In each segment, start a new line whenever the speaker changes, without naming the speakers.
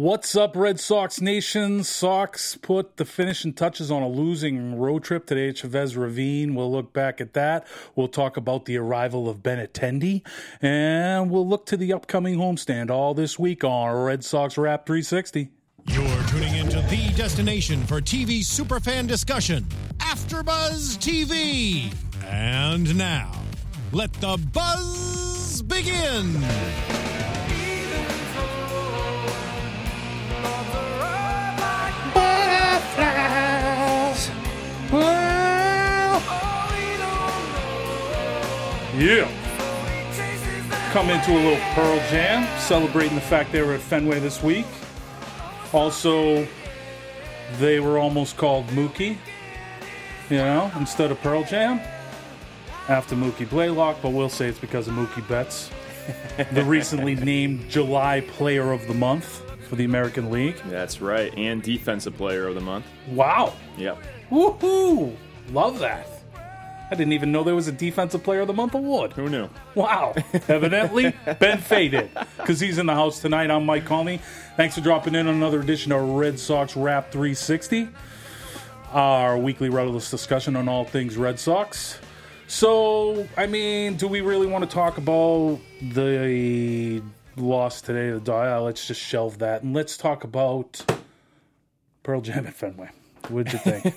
What's up, Red Sox Nation? Sox put the finishing touches on a losing road trip today at Chavez Ravine. We'll look back at that. We'll talk about the arrival of Ben Attendee, and we'll look to the upcoming homestand all this week on Red Sox Wrap 360.
You're tuning into the destination for TV superfan discussion, AfterBuzz TV. And now, let the buzz begin.
Butterflies. Yeah. Come into a little Pearl Jam, celebrating the fact they were at Fenway this week. Also, they were almost called Mookie, you know, instead of Pearl Jam. After Mookie Blaylock, but we'll say it's because of Mookie Betts, the recently named July Player of the Month for the American League.
That's right, and defensive player of the month.
Wow.
Yep.
Woohoo! Love that. I didn't even know there was a Defensive Player of the Month award.
Who knew?
Wow. Evidently, Ben faded because he's in the house tonight. I'm Mike Conley. Thanks for dropping in on another edition of Red Sox Wrap 360, our weekly rudderless discussion on all things Red Sox. So, I mean, do we really want to talk about the loss today to the Dial? Let's just shelve that and let's talk about Pearl Jam at Fenway. What'd you think?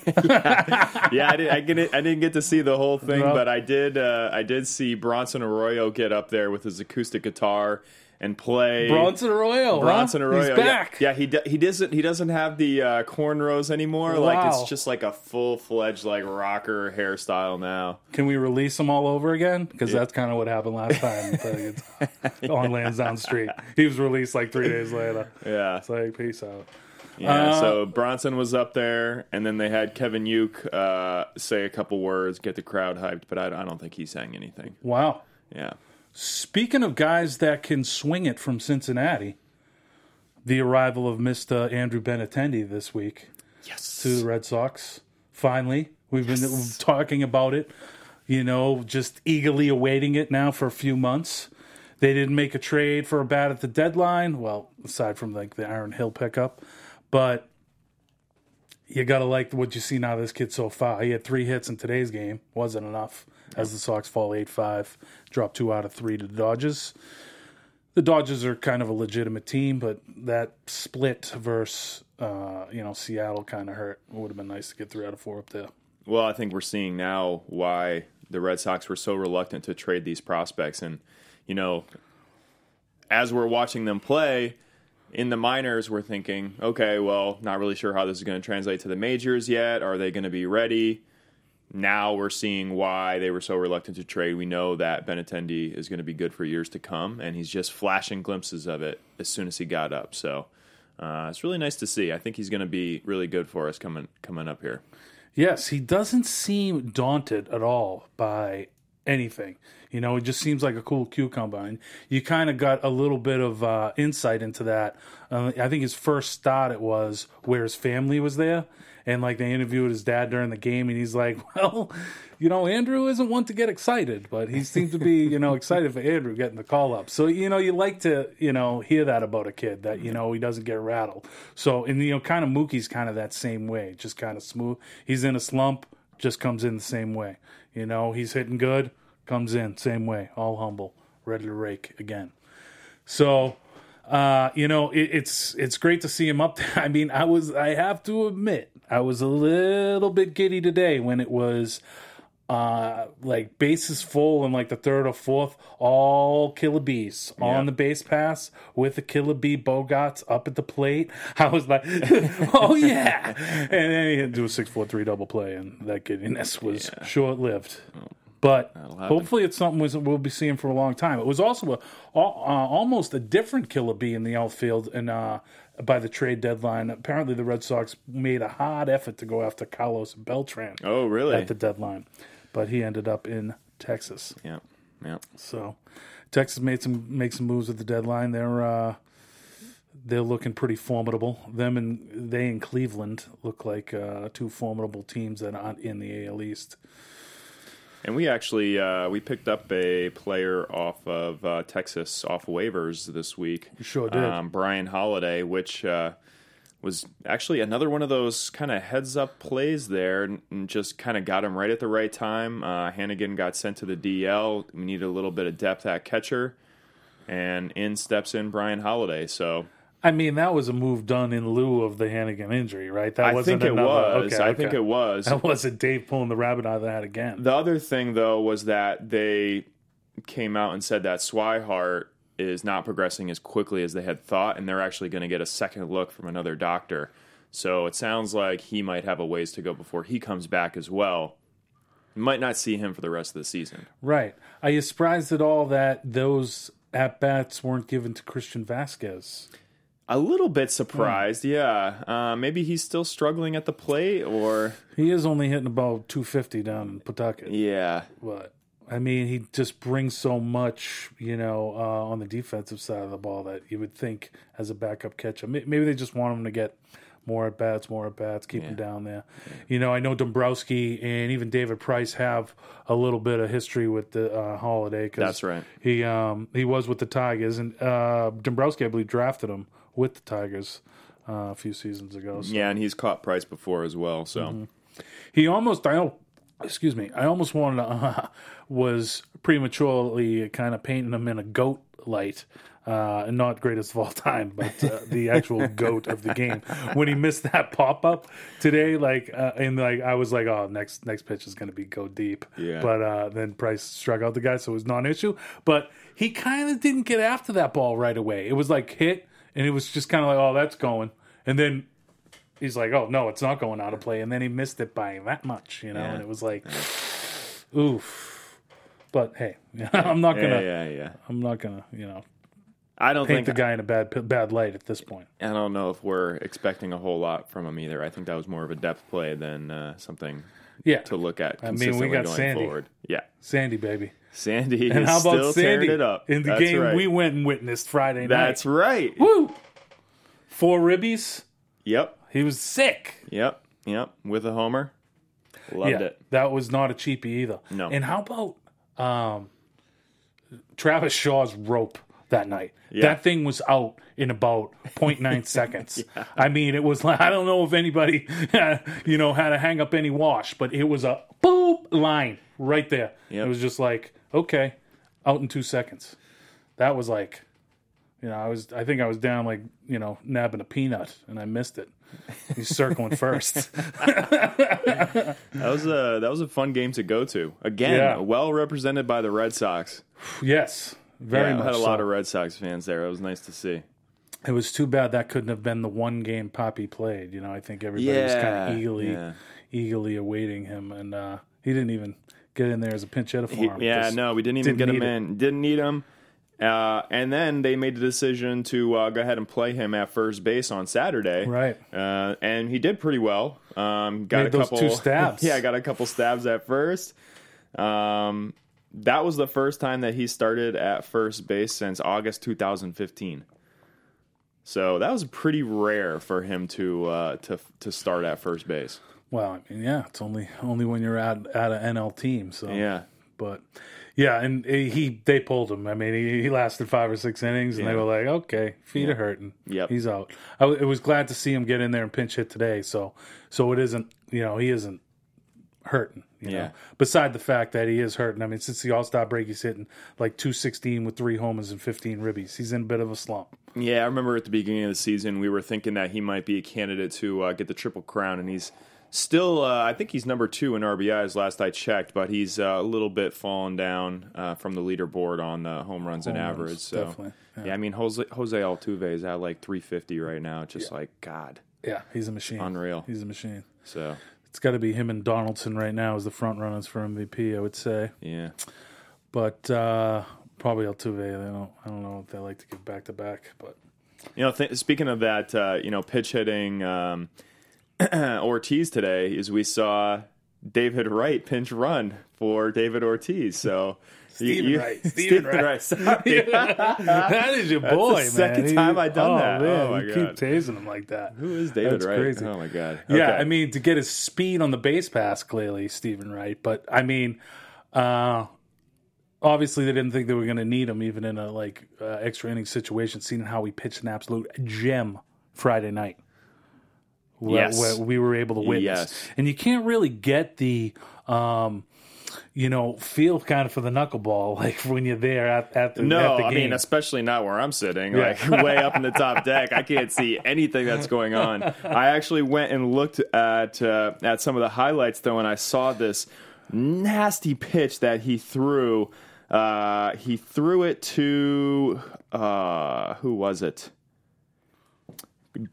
Yeah, I didn't. I, didn't- I didn't get to see the whole thing,
No.
but I did. Uh, I did see Bronson Arroyo get up there with his acoustic guitar and play.
Bronson Arroyo.
Bronson
huh?
Arroyo.
He's
yeah.
back.
Yeah, he do, he doesn't he doesn't have the uh, cornrows anymore. Like
Wow.
it's just like a full fledged like rocker hairstyle now.
Can we release him all over again? Because that's kind of what happened last time playing guitar on Lansdowne Street. He was released like three days later.
Yeah.
It's like, peace out.
Yeah,
Uh,
so Bronson was up there, and then they had Kevin Uke uh, say a couple words, get the crowd hyped, but I, I don't think he sang anything.
Wow.
Yeah.
Speaking of guys that can swing it from Cincinnati, the arrival of Mr. Andrew Benatendi this week
Yes.
to the Red Sox. Finally, we've been talking about it, you know, just eagerly awaiting it now for a few months. They didn't make a trade for a bat at the deadline. Well, aside from like the Iron Hill pickup, but you gotta like what you see now. This kid so far, he had three hits in today's game. Wasn't enough as the Sox fall eight five, drop two out of three to the Dodgers. The Dodgers are kind of a legitimate team, but that split versus uh, you know Seattle kind of hurt. It would have been nice to get three out of four up there.
Well, I think we're seeing now why the Red Sox were so reluctant to trade these prospects. And, you know, as we're watching them play in the minors, we're thinking, okay, well, not really sure how this is going to translate to the majors yet. Are they going to be ready? Now we're seeing why they were so reluctant to trade. We know that Benatendi is going to be good for years to come, and he's just flashing glimpses of it as soon as he got up. So uh, it's really nice to see. I think he's going to be really good for us coming coming up here.
Yes, he doesn't seem daunted at all by anything. You know, he just seems like a cool cucumber. And you kind of got a little bit of uh, insight into that. Uh, I think his first start it was where his family was there, and like they interviewed his dad during the game, and he's like, "Well, you know, Andrew isn't one to get excited, but he seemed to be, you know, excited for Andrew getting the call up." So you know, you like to, you know, hear that about a kid that you know he doesn't get rattled. So and you know, kind of Mookie's kind of that same way, just kind of smooth. He's in a slump, just comes in the same way. You know, he's hitting good, comes in same way, all humble, ready to rake again. So, uh, you know, it, it's it's great to see him up there. I mean, I was I have to admit, I was a little bit giddy today when it was uh like bases full in like the third or fourth all killer bees on the base pass with the killer bee bogots up at the plate i was like oh yeah and then he had to do a 6-4-3 double play and that giddiness was short-lived but hopefully it's something we's- we'll be seeing for a long time. It was also a, al- uh, almost a different killer bee in the outfield and uh, by the trade deadline. Apparently the Red Sox made a hard effort to go after Carlos Beltran
Oh, really?
at the deadline, but he ended up in Texas.
Yeah, yeah.
So Texas made some make some moves at the deadline. They're uh, they're looking pretty formidable. Them and they and Cleveland look like uh, two formidable teams that aren't in the AL East.
And we actually uh, we picked up a player off of uh, Texas off waivers this week.
You sure did.
Um, Brian Holiday, which uh, was actually another one of those kind of heads up plays there, and, and just kind of got him right at the right time. Uh, Hannigan got sent to the DL. We needed a little bit of depth at catcher, and in steps in Brian Holiday. So
I mean, that was a move done in lieu of the Hannigan injury, right? That
I think it
another-
was.
okay,
I
okay.
think it was.
That wasn't Dave pulling the rabbit out of the hat again.
The other thing, though, was that they came out and said that Swihart is not progressing as quickly as they had thought, and they're actually going to get a second look from another doctor. So it sounds like he might have a ways to go before he comes back as well. Might not see him for the rest of the season.
Right. Are you surprised at all that those at bats weren't given to Christian Vasquez?
A little bit surprised, yeah. Uh, maybe he's still struggling at the plate, or
He is only hitting about 250 down in Pawtucket.
yeah,
But, I mean, he just brings so much, you know, uh, on the defensive side of the ball that you would think as a backup catcher. May- Maybe they just want him to get more at bats, more at bats, keep him down there. You know, I know Dombrowski and even David Price have a little bit of history with the uh, Holiday. Cause
That's right.
He um he was with the Tigers, and uh, Dombrowski, I believe, drafted him with the Tigers uh, a few seasons ago. So
yeah. And he's caught Price before as well, so
he almost I al- excuse me I almost wanted to uh, was prematurely kind of painting him in a goat light. Uh, and not greatest of all time, but uh, the actual goat of the game. When he missed that pop up today, like uh, and like I was like, oh, next next pitch is going to be go deep.
Yeah.
But uh, then Price struck out the guy, so it was non-issue. But he kind of didn't get after that ball right away. It was like hit, and it was just kind of like, oh, that's going. And then he's like, "Oh no, it's not going out of play," and then he missed it by that much, you know. And it was like, oof. But hey, I'm not gonna,
yeah, yeah, yeah.
I'm not gonna, you know,
I don't
paint
think
the guy in a bad bad light at this point.
I don't know if we're expecting a whole lot from him either. I think that was more of a depth play than uh, something
Yeah,
to look at
mean, we
consistently
got
going
Sandy.
forward. Yeah,
Sandy baby.
Sandy
And
is
how
still
about Sandy
tearing it up
in the
That's
game
right.
we went and witnessed Friday night?
That's right.
woo. Four ribbies.
Yep,
He was sick.
yep, yep. With a homer, loved
yeah,
it.
that was not a cheapie either.
No.
And how about um, Travis Shaw's rope that night? That thing was out in about 0.9 seconds. I mean, it was like I don't know if anybody, you know, had to hang up any wash, but it was a boop line right there.
Yep.
It was just like okay, out in two seconds. That was like, you know, I was I think I was down like you know nabbing a peanut and I missed it. He's circling first.
That was a that was a fun game to go to. Again,
Yeah.
well represented by the Red Sox.
Yes, very
yeah,
much.
had a lot
so.
of Red Sox fans there. It was nice to see.
It was too bad that couldn't have been the one game Poppy played. You know, I think everybody was kind
Yeah,
of eagerly,
yeah.
eagerly awaiting him, and uh, he didn't even get in there as a pinchetta for him.
Yeah,
Just-
no, we didn't
didn't
even get him
need it.
in. Didn't need him. Uh, and then they made the decision to uh, go ahead and play him at first base on Saturday.
Right.
Uh, and he did pretty well. Um, got
Made
a
those
couple
two stabs.
yeah, got a couple stabs at first. Um, that was the first time that he started at first base since August 2015. So that was pretty rare for him to uh, to to start at first base.
Well, I mean, yeah, it's only only when you're at at an NL team. So
Yeah.
but yeah, and he they pulled him. I mean, he, he lasted five or six innings, and they were like, okay, feet are hurting.
Yep.
he's out. I w- it was glad to see him get in there and pinch hit today. So so it isn't you know he isn't hurting. You
Yeah.
Know? Beside the fact that he is hurting. I mean, since the All Star break, he's hitting like two sixteen with three homers and fifteen ribbies. He's in a bit of a slump.
Yeah, I remember at the beginning of the season, we were thinking that he might be a candidate to uh, get the triple crown, and he's still, uh, I think he's number two in RBIs last I checked, but he's uh, a little bit fallen down uh, from the leaderboard on uh, home runs and
runs,
average. So,
definitely,
yeah. I mean, Jose, Jose Altuve is at like 350 right now, just like God,
Yeah, he's a machine.
unreal.
He's a machine.
So,
It's got to be him and Donaldson right now as the front runners for MVP. I would say.
yeah,
but uh, probably Altuve. They don't. I don't know if they like to give back to back, but
you know, th- speaking of that, uh, you know, pitch hitting um, Ortiz today is we saw David Wright pinch run for David Ortiz. So
Steven Wright, Steven Wright.
sorry.
that is your boy, man.
second
He-
time I done
oh,
that.
Man,
Oh, my
you
God.
keep tasing him like that.
Who is David
That's
Wright?
crazy.
Oh my god.
Yeah,
Okay.
I mean to get his speed on the base pass, clearly Steven Wright. But I mean, Uh, obviously, they didn't think they were going to need him, even in a like uh, extra inning situation. Seeing how he pitched an absolute gem Friday night, where,
Yes.
where we were able to witness,
Yes.
and you can't really get the. Um, you know, feel kind of for the knuckleball, like when you're there at, at the
No,
at the
I
game.
mean, especially not where I'm sitting,
Yeah.
like way up in the top deck. I can't see anything that's going on. I actually went and looked at uh, at some of the highlights though, and I saw this nasty pitch that he threw. Uh, he threw it to uh, who was it?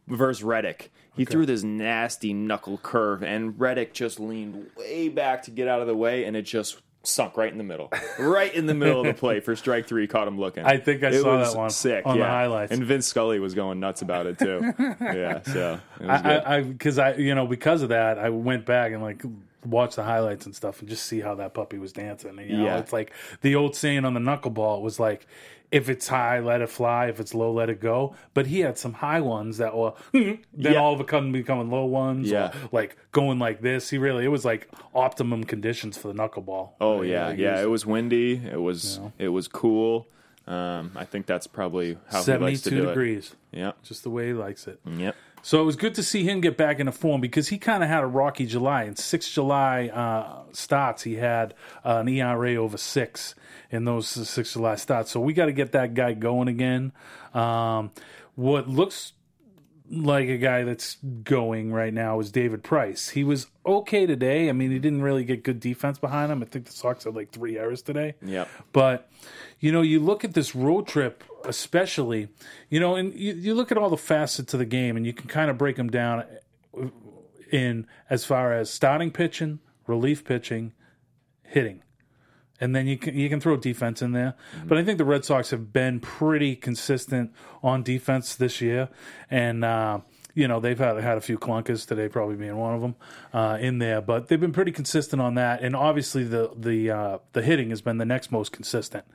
versus Reddick. He threw this nasty knuckle curve, and Reddick just leaned way back to get out of the way, and it just sunk right in the middle, right in the middle of the play for strike three. Caught him looking.
I think I
It
saw
was
that one
Sick
on the
yeah.
highlights.
And Vince Scully was going nuts about it too. yeah, so it was good.
I because I, you know because of that I went back and like watched the highlights and stuff and just see how that puppy was dancing. And, you know,
Yeah.
it's like the old saying on the knuckleball was like, if it's high, let it fly. If it's low, let it go. But he had some high ones that were then
Yeah.
all of a sudden becoming low ones.
Yeah.
or, like going like this. He really it was like optimum conditions for the knuckleball.
oh
Like,
yeah,
he
yeah.
was-
It was windy. It was it was cool. Um, I think that's probably how he likes to
Seventy-two
do
degrees,
it. Yeah.
just the way he likes it.
Yep.
So it was good to see him get back into form because he kind of had a rocky July. In six July uh, starts, he had uh, an ERA over six in those six July starts. So we got to get that guy going again. Um, what looks like a guy that's going right now is David Price. He was okay today. I mean, he didn't really get good defense behind him. I think the Sox had like three errors today.
Yep.
But you know, you look at this road trip, especially, you know, and you, you look at all the facets of the game, and you can kind of break them down uh, in as far as starting pitching, relief pitching, hitting, and then you can you can throw defense in there. But I think the Red Sox have been pretty consistent on defense this year, and. Uh, you know they've had had a few clunkers today, probably being one of them uh, in there, but they've been pretty consistent on that. And obviously the the uh, the hitting has been the next most consistent.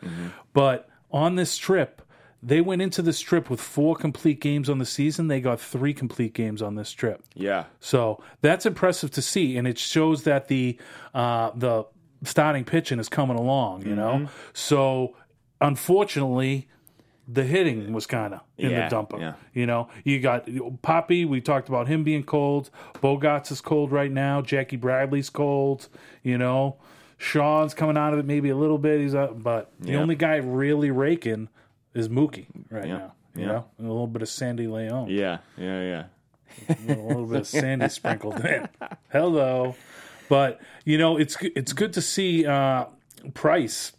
But on this trip, they went into this trip with four complete games on the season. They got three complete games on this trip.
Yeah.
So that's impressive to see, and it shows that the uh, the starting pitching is coming along. You
Mm-hmm.
know, so unfortunately, the hitting was kind of in
Yeah,
the dumper.
yeah.
You know, you got Poppy. We talked about him being cold. Bogarts is cold right now. Jackie Bradley's cold. You know, Sean's coming out of it maybe a little bit. He's up, but the only guy really raking is Mookie right now. You know, and a little bit of Sandy Leone
Yeah. Yeah. Yeah.
a little bit of sandy sprinkled in. Hello, but you know it's g- it's good to see uh, Price,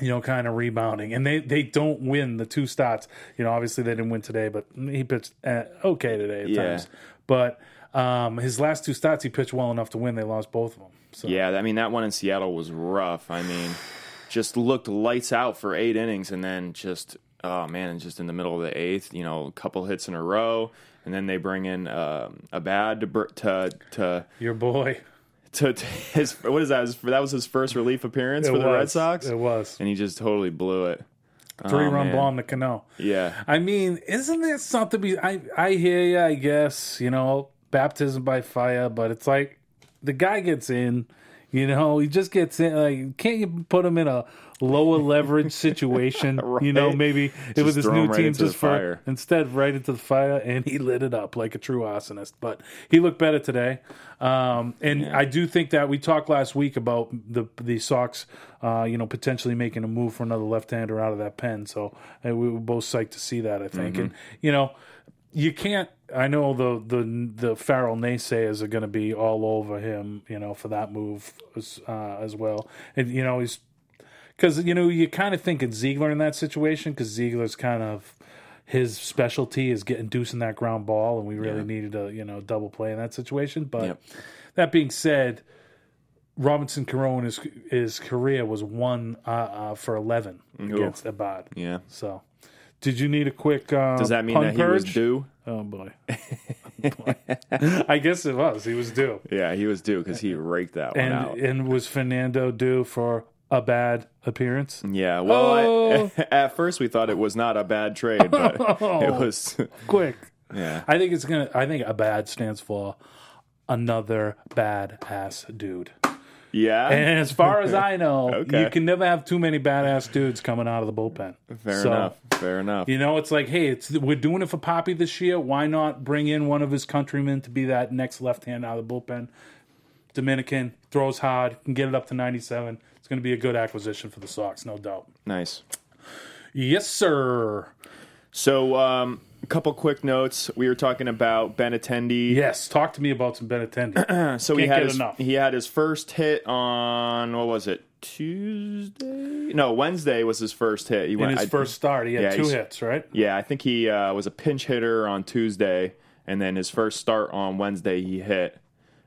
you know, kind of rebounding, and they they don't win the two starts. You know, obviously they didn't win today, but he pitched uh, okay today at
Yeah.
times. But um, his last two starts, he pitched well enough to win. They lost both of them. So
Yeah, I mean that one in Seattle was rough. I mean, just looked lights out for eight innings, and then just oh man, just in the middle of the eighth, you know, a couple hits in a row, and then they bring in um, a bad to br- to to,
your boy
to, to his what is that? His, that was his first relief appearance
It
for the
was.
Red Sox,
It was
and he just totally blew it. Oh,
three run
man.
bomb to Cano.
Yeah,
I mean, isn't there something? Be- I I hear you. I guess you know baptism by fire, but it's like the guy gets in. You know, he just gets in. Like, can't you put him in a lower leverage situation? You know,
Right.
maybe it was
Just
his
throw
new
him right
team
into the
just for
fire.
instead right into the fire, and he lit it up like a true arsonist. But he looked better today, um, and I do think that we talked last week about the the Sox, uh, you know, potentially making a move for another left-hander out of that pen. So uh, we were both psyched to see that. I think,
Mm-hmm.
and you know, you can't. I know the the the Farrell naysayers are going to be all over him, you know, for that move as, uh, as well, and you know he's because you know you kind of think it's Ziegler in that situation because Ziegler's kind of his specialty is getting inducing that ground ball, and we really needed a you know double play in that situation. But
Yep.
that being said, Robinson Cano in his his career was one uh, uh, for eleven against Abad.
yeah.
So, did you need a quick? Uh,
Does that mean
pun
that he
purge?
was due?
Oh boy. Boy. I guess it was. He was due,
Yeah, he was due because he raked that one
and
out.
and was Fernando due for a bad appearance?
yeah, well, I-
Oh.
at first we thought it was not a bad trade, but it was.
Quick.
Yeah,
I think it's gonna. I think a bad stands for another bad ass dude.
Yeah.
And as far as I know,
Okay.
you can never have too many badass dudes coming out of the bullpen.
Fair
So,
enough. Fair enough.
You know, it's like, hey, it's we're doing it for Poppy this year. Why not bring in one of his countrymen to be that next left hand out of the bullpen? Dominican throws hard, can get it up to 97. It's going to be a good acquisition for the Sox, no doubt.
Nice.
Yes, sir.
So, um, a couple quick notes. We were talking about Ben Attendee.
Yes, talk to me about some Ben Attendee.
So he
Can't
had
get
his,
enough.
he had his first hit on what was it Tuesday? No, Wednesday was his first hit. He
In
went
his
I-
first start, he had
yeah,
two
he's-
hits, right?
Yeah, I think he uh, was a pinch hitter on Tuesday, and then his first start on Wednesday he hit,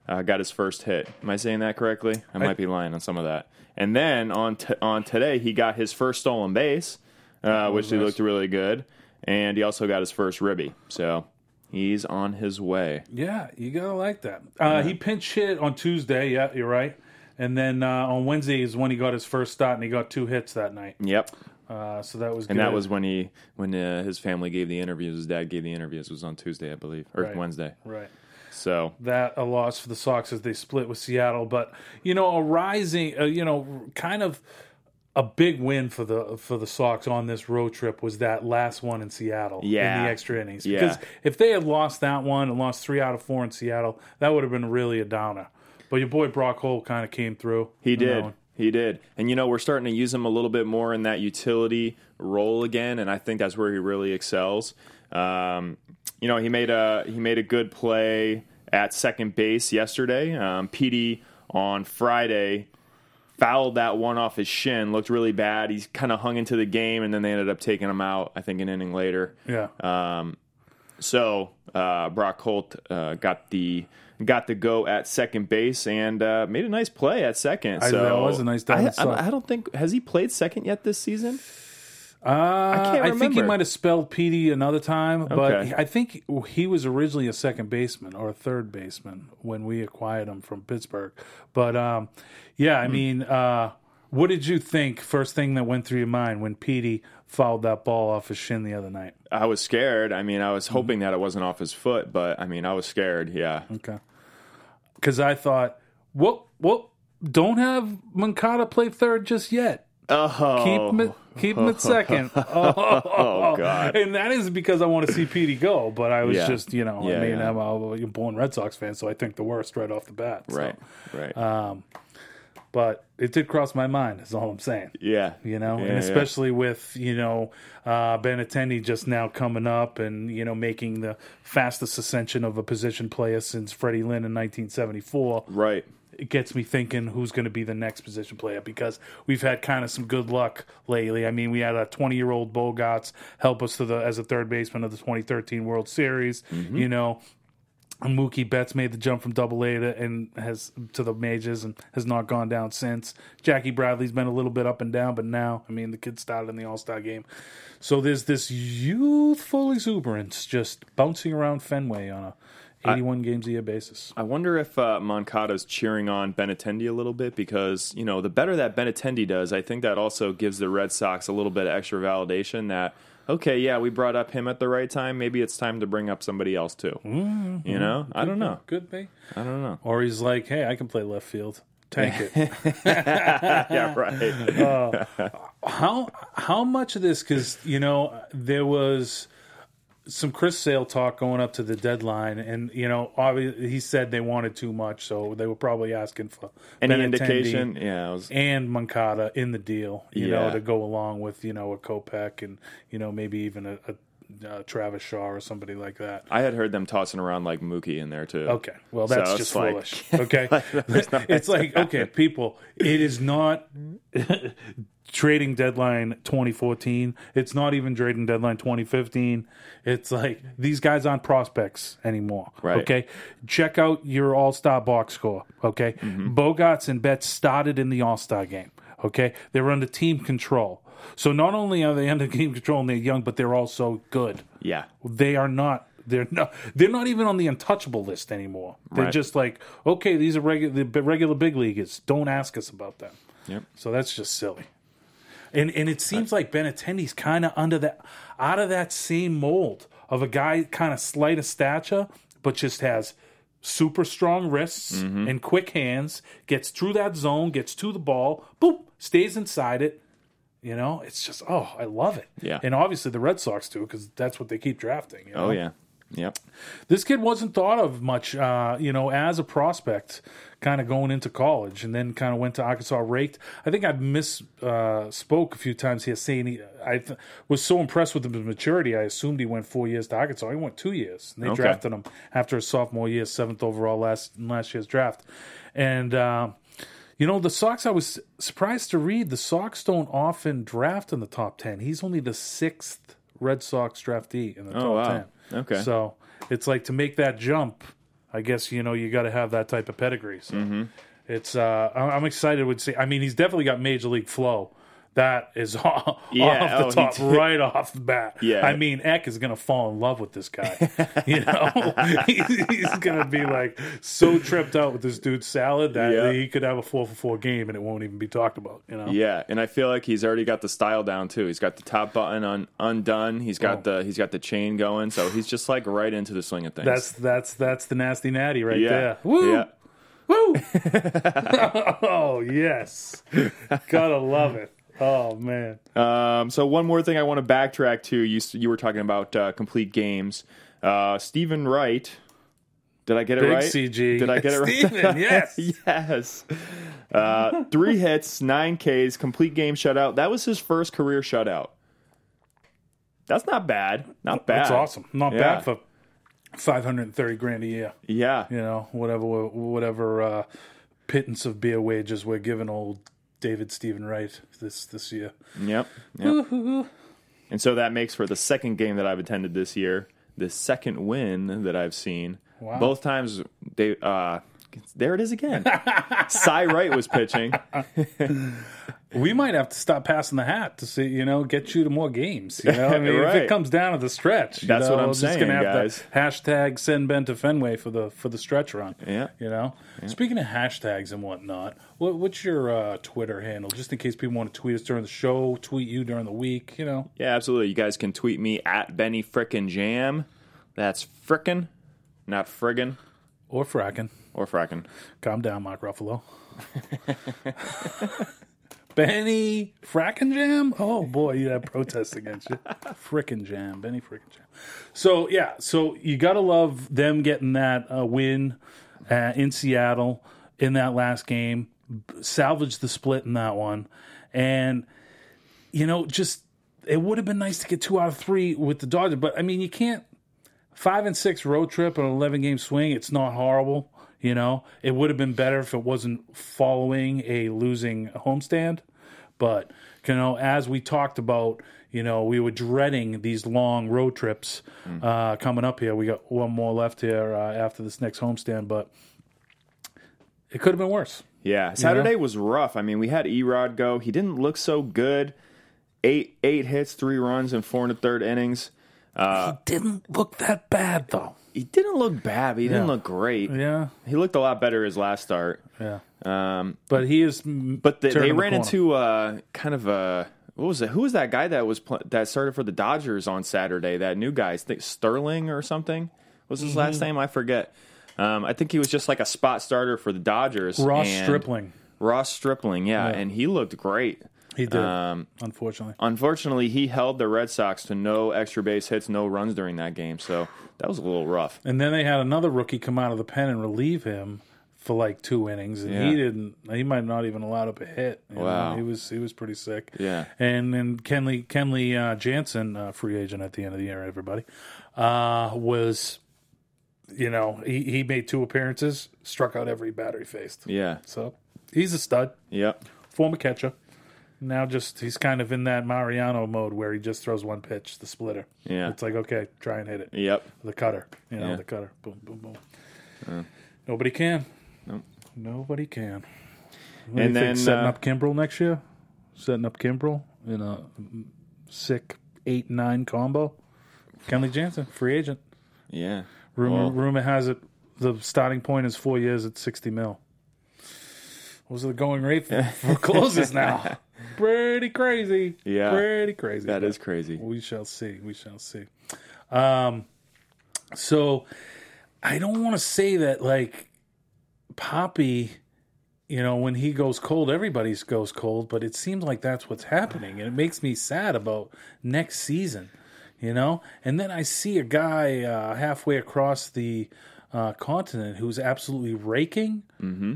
uh, got his first hit. Am I saying that correctly? I might be lying on some of that. And then on t- on today he got his first stolen base, uh,
Oh,
which he looked really good, and he also got his first ribby. So he's on his way.
Yeah, you gotta like that. Uh, He pinch hit on Tuesday. Yeah, you're right. And then uh, on Wednesday is when he got his first start, and he got two hits that night.
Yep.
Uh, so that was
And
good.
that was when he when uh, his family gave the interviews. His dad gave the interviews. It was on Tuesday, I believe, or
Right.
Wednesday.
right.
So
that a loss for the Sox as they split with Seattle. But you know, a rising, uh, you know, kind of a big win for the for the Sox on this road trip was that last one in Seattle in
Yeah.
the extra innings.
Yeah.
Because if they had lost that one and lost three out of four in Seattle, that would have been really a downer. But your boy Brock Holt kind of came through.
He
in that
did.
one.
He did. And you know, we're starting to use him a little bit more in that utility role again, and I think that's where he really excels. Um, you know, he made a he made a good play at second base yesterday. Um, PD on Friday fouled that one off his shin, looked really bad. He's kind of hung into the game, and then they ended up taking him out. I think an inning later.
Yeah.
So uh, Brock Holt uh, got the got the go at second base and uh, made a nice play at second.
I-
So
that was a nice down
I,
the side.
I, I don't think has he played second yet this season.
Uh, think
can't
he
remember.
might have spelled PD another time, but
Okay.
he- I think he was originally a second baseman or a third baseman when we acquired him from Pittsburgh. But um, yeah, I mean, uh, what did you think? First thing that went through your mind when PD fouled that ball off his shin the other night?
I was scared. I mean, I was
Mm-hmm.
hoping that it wasn't off his foot, but I mean, I was scared. Yeah,
Okay, because I thought, well, well, don't have Mancada play third just yet.
oh,
Keep him at, keep him at second. Oh,
God.
And that is because I want to see Petey go, but I was
Yeah.
just, you know,
Yeah,
I mean,
yeah.
I'm a born Red Sox fan, so I think the worst right off the bat. so.
right, right,
Uh, But it did cross my mind, is all I'm saying.
yeah.
You know,
Yeah,
and
yeah.
especially with, you know, uh, Ben Attendee just now coming up and, you know, making the fastest ascension of a position player since Freddie Lynn in 1974
right.
it gets me thinking who's going to be the next position player because we've had kind of some good luck lately. I mean, we had a 20 year old Bogots help us to the as a third baseman of the 2013 World Series. You know, Mookie Betts made the jump from Double A to and has to the majors and has not gone down since. Jackie Bradley's been a little bit up and down, but now I mean the kid started in the All Star game, so there's this youthful exuberance just bouncing around Fenway on a 81 games a year basis.
I wonder if uh, Moncada's cheering on Benatendi a little bit because you know the better that Benatendi does, I think that also gives the Red Sox a little bit of extra validation that okay, yeah, we brought up him at the right time. Maybe it's time to bring up somebody else too.
Mm-hmm.
You know, I don't know.
Could be.
I don't know.
Or he's like, hey, I can play left field. Tank it.
Yeah, right.
Uh, how how much of this? Because you know there was some Chris Sale talk going up to the deadline, and you know obviously he said they wanted too much, so they were probably asking for
Any
Benintendi
indication? Yeah, I was,
and Mancada in the deal. You know
Yeah.
to go along with you know a Kopech and you know maybe even a, a, a Travis Shaw or somebody like that.
I had heard them tossing around like Mookie in there too.
Okay. Well, that's
it's
just
like-
foolish. Okay. it's like, okay, people, it is not trading deadline 2014. It's not even trading deadline 2015. It's like these guys aren't prospects anymore.
Right.
Okay. Check out your all star box score. Okay.
Mm-hmm.
Bogarts and Betts started in the all star game. Okay. They're under team control. So not only are they under team control and they're young, but they're also good
Yeah.
they are not they're not they're not even on the untouchable list anymore they're
Right.
just like okay these are regular the regular big leaguers don't ask us about them
Yep.
so that's just silly and and it seems like ben attendee's kind of under that out of that same mold of a guy kind of slight of stature but just has super strong wrists
Mm-hmm.
and quick hands, gets through that zone, gets to the ball, boop, stays inside it. You know, it's just oh, I love it.
Yeah.
and obviously the Red Sox too, because that's what they keep drafting. You know?
Oh yeah. Yep.
this kid wasn't thought of much, uh, you know, as a prospect, kind of going into college, and then kind of went to Arkansas raked. I think I miss uh, spoke a few times here, saying he, I th- was so impressed with his maturity. I assumed he went four years to Arkansas. He went two years, and they
Okay.
drafted him after his sophomore year, seventh overall last in last year's draft, and. Uh, you know, the Sox, I was surprised to read the Sox don't often draft in the top 10. He's only the sixth Red Sox draftee in the top
Oh, wow.
10.
Okay.
So it's like to make that jump, I guess, you know, you got to have that type of pedigree. So
Mm-hmm.
it's, uh, I- I'm excited. Would see, I mean, he's definitely got major league flow. That is off,
Yeah,
off the
oh, he
top
did.
right off the bat.
Yeah.
I mean, Eck is going to fall in love with this guy. You know, he's, he's going to be like so tripped out with this dude's salad that
Yeah.
he could have a four for four game and it won't even be talked about. You know,
Yeah, and I feel like he's already got the style down too. He's got the top button un- undone. He's got
Oh.
the he's got the chain going. So he's just like right into the swing of things.
that's that's that's the nasty natty right
yeah.
there. Woo,
Yeah.
woo. oh yes, gotta love it. Oh man,
Um, so one more thing I want to backtrack to. You s- you were talking about uh, complete games. Uh, Stephen Wright. Did I get it
big
right?
CG.
Did I get it right?
Steven, yes.
yes. Uh, three hits, nine Ks, complete game shutout. That was his first career shutout. That's not bad. Not bad.
That's awesome. Not
Yeah.
bad for five hundred and thirty grand a year.
Yeah.
you know, whatever whatever uh, pittance of beer wages we're giving old David Stephen Wright this this year.
Yep. yep. and so that makes for the second game that I've attended this year, the second win that I've seen. Both times, they, uh, there it is again. Cy Wright was pitching.
We might have to stop passing the hat to see, you know, get you to more games. You know, I mean, if
Right.
it comes down to the stretch, you
That's
know,
what I'm
we're just
saying,
gonna have
guys.
to hashtag send Ben to Fenway for the for the stretch run.
Yeah.
you know. Speaking of hashtags and whatnot, what, what's your uh, Twitter handle, just in case people want to tweet us during the show, tweet you during the week, you know?
Yeah, absolutely. You guys can tweet me at Benny Frickin' Jam. That's frickin', not friggin'
Or fracking.
or frackin'.
Calm down, Mark Ruffalo. Benny Frackin' Jam? Oh boy, you had protest against you. Frickin' Jam, Benny Frickin' Jam. So yeah, so you gotta love them getting that uh, win uh, in Seattle in that last game, b- salvage the split in that one, and you know just it would have been nice to get two out of three with the Dodgers, but I mean you can't five and six road trip and an 11 game swing it's not horrible you know it would have been better if it wasn't following a losing homestand but you know as we talked about you know we were dreading these long road trips
Mm.
uh, coming up here we got one more left here uh, after this next homestand but it could have been worse
Yeah, Saturday was rough. I mean, we had Erod go. He didn't look so good. Eight eight hits, three runs, and four and a third innings.
didn't look that bad though
He didn't look bad, but he didn't
Yeah.
look great.
yeah
He looked a lot better his last start.
yeah
Um,
but he is
but they, they ran into uh, kind of a what was it? Who was that guy that was pl- that started for the Dodgers on Saturday? That new guy, I think Sterling or something was his last
Mm-hmm.
name. I forget. Um, I think he was just like a spot starter for the Dodgers.
ross
and-
stripling
Ross Stripling, yeah, and he looked great.
he did
Um,
unfortunately
Unfortunately, he held the Red Sox to no extra base hits, no runs during that game, so that was a little rough.
And then they had another rookie come out of the pen and relieve him for like two innings, and
Yeah.
he didn't. He might not even allowed up a hit. you know.
Wow.
he was he was pretty sick.
Yeah.
and then Kenley Kenley uh, Jansen, uh, free agent at the end of the year, everybody uh, was. You know, he, he made two appearances, struck out every batter he faced.
Yeah,
So he's a stud,
yep,
former catcher. Now just he's kind of in that Mariano mode where he just throws one pitch, the splitter.
Yeah.
It's like, okay, try and hit it
yep.
the cutter. You know,
Yeah.
the cutter. Boom, boom, boom. Nobody can. Nobody can. What do you
And then,
think, setting
uh,
up Kimbrel next year, setting up Kimbrel in a mm, sick eight nine combo. Kenley Jansen, free agent.
Yeah,
Rumor,
Well-
rumor has it the starting point is four years at sixty mil. What's the going rate for, for closes now? Pretty crazy.
Yeah.
pretty crazy.
that
But-
is crazy.
we shall see. We shall see. Um, so I don't want to say that like Poppy, you know, when he goes cold, everybody's goes cold, but it seems like that's what's happening, and it makes me sad about next season, you know. And then I see a guy uh, halfway across the uh, continent who's absolutely raking. Mm-hmm.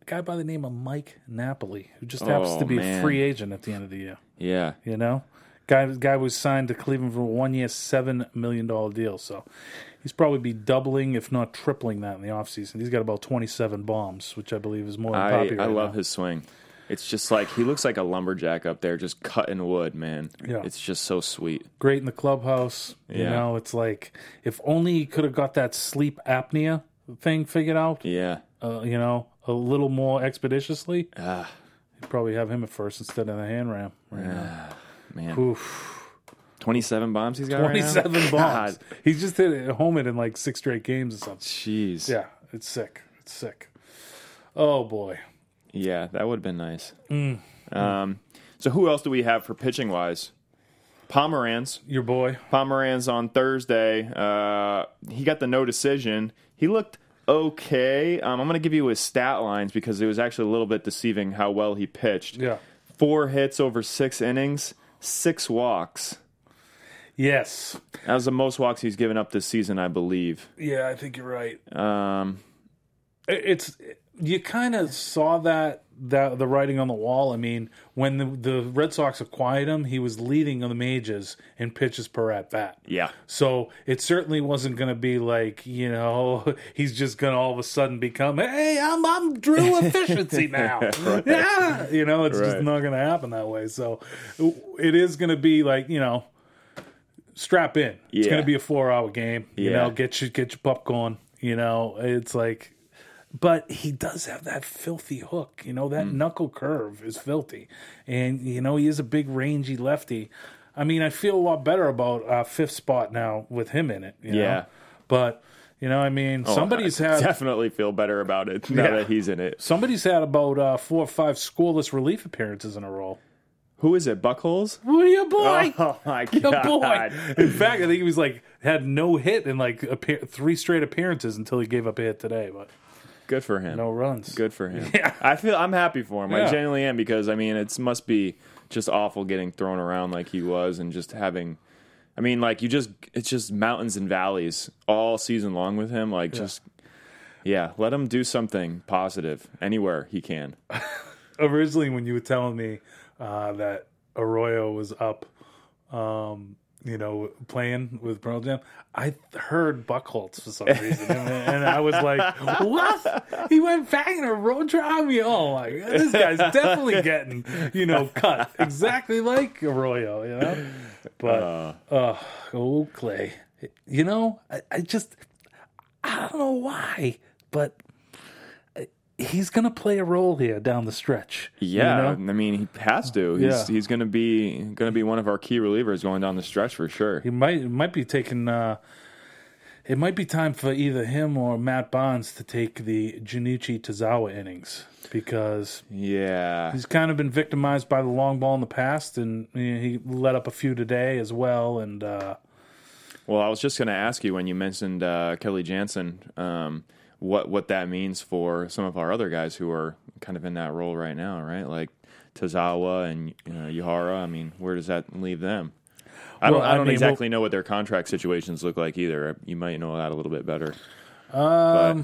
A guy by the name of Mike Napoli, who just happens
Oh,
to be a
man.
free agent at the end of the year.
Yeah.
You know, guy guy was signed to Cleveland for a one year, seven million dollar deal. So he's probably be doubling, if not tripling, that in the offseason. He's got about twenty seven bombs, which I believe is more than
I,
Poppy.
I
right
love
now.
his swing. It's just like he looks like a lumberjack up there, just cutting wood, man.
Yeah.
It's just so sweet.
Great in the clubhouse. You
Yeah.
know, it's like if only he could have got that sleep apnea thing figured out.
Yeah.
Uh, you know, a little more expeditiously. Ah. You'd probably have him at first instead of the hand ram. Right now.
Man.
Oof.
27 bombs he's got right now?
27 bombs.
God.
He's just hit it home it in like six straight games or something.
Jeez.
Yeah, it's sick. It's sick. Oh boy.
Yeah, that would have been nice.
Mm.
Um, so who else do we have for pitching wise? Pomeranz.
Your boy.
Pomeranz on Thursday. Uh, he got the no decision. He looked okay. Um, I'm going to give you his stat lines because it was actually a little bit deceiving how well he pitched.
Yeah.
Four hits over six innings, six walks.
Yes.
That was the most walks he's given up this season, I believe.
Yeah, I think you're right.
Um,
It- It's you kind of saw that that the writing on the wall. I mean, when the the Red Sox acquired him, he was leading the majors in pitches per at bat.
yeah.
So it certainly wasn't going to be like you know he's just going to all of a sudden become hey I'm I'm Drew efficiency now yeah you know it's just
Right.
not going to happen that way so it is going to be like you know strap in it's
Yeah.
going to be a four hour game you
Yeah.
know get your get your popcorn you know it's like but he does have that filthy hook. You know,
Hmm.
that knuckle curve is filthy. And, you know, he is a big, rangy lefty. I mean, I feel a lot better about uh, fifth spot now with him in it. You
Yeah. Oh,
Know? But, you know, I mean, somebody's
I
had.
definitely feel better about it now
Yeah.
that he's in it.
Somebody's had about uh, four or five scoreless relief appearances in a row.
Who is it? Buckholes?
Who are you, boy?
Oh my
Your
god!
boy. In fact, I think he was like had no hit in like appear- three straight appearances until he gave up a hit today, but
Good for him.
no runs.
Good for him. I feel I'm happy for him.
Yeah.
I genuinely am because I mean it must be just awful getting thrown around like he was and just having. I mean, like you just it's just mountains and valleys all season long with him. Like just yeah, let him do something positive anywhere he can.
originally when you were telling me uh, that Arroyo was up, um, you know, playing with Pearl Jam, I heard Buckholz for some reason, and, and I was like, "What? He went banging a road drive? You all like this guy's definitely getting you know cut exactly like Arroyo, you know?" But uh, oh, Clay, you know, I, I just I don't know why, but uh, he's gonna play a role here down the stretch. you
Yeah,
know?
I mean he has to. He's
Yeah.
he's gonna be gonna be one of our key relievers going down the stretch for sure.
he might it might be taking. Uh, it might be time for either him or Matt Bonds to take the Junichi Tozawa innings because
Yeah,
he's kind of been victimized by the long ball in the past, and you know, he let up a few today as well. And uh,
Well, I was just going to ask you when you mentioned uh, Kelly Jansen, um, what what that means for some of our other guys who are kind of in that role right now, right? Like Tozawa and you know, Yuhara. I mean, where does that leave them? I don't.
Well, I
I don't
mean,
exactly know what their contract situations look like either. You might know that a little bit better. Um,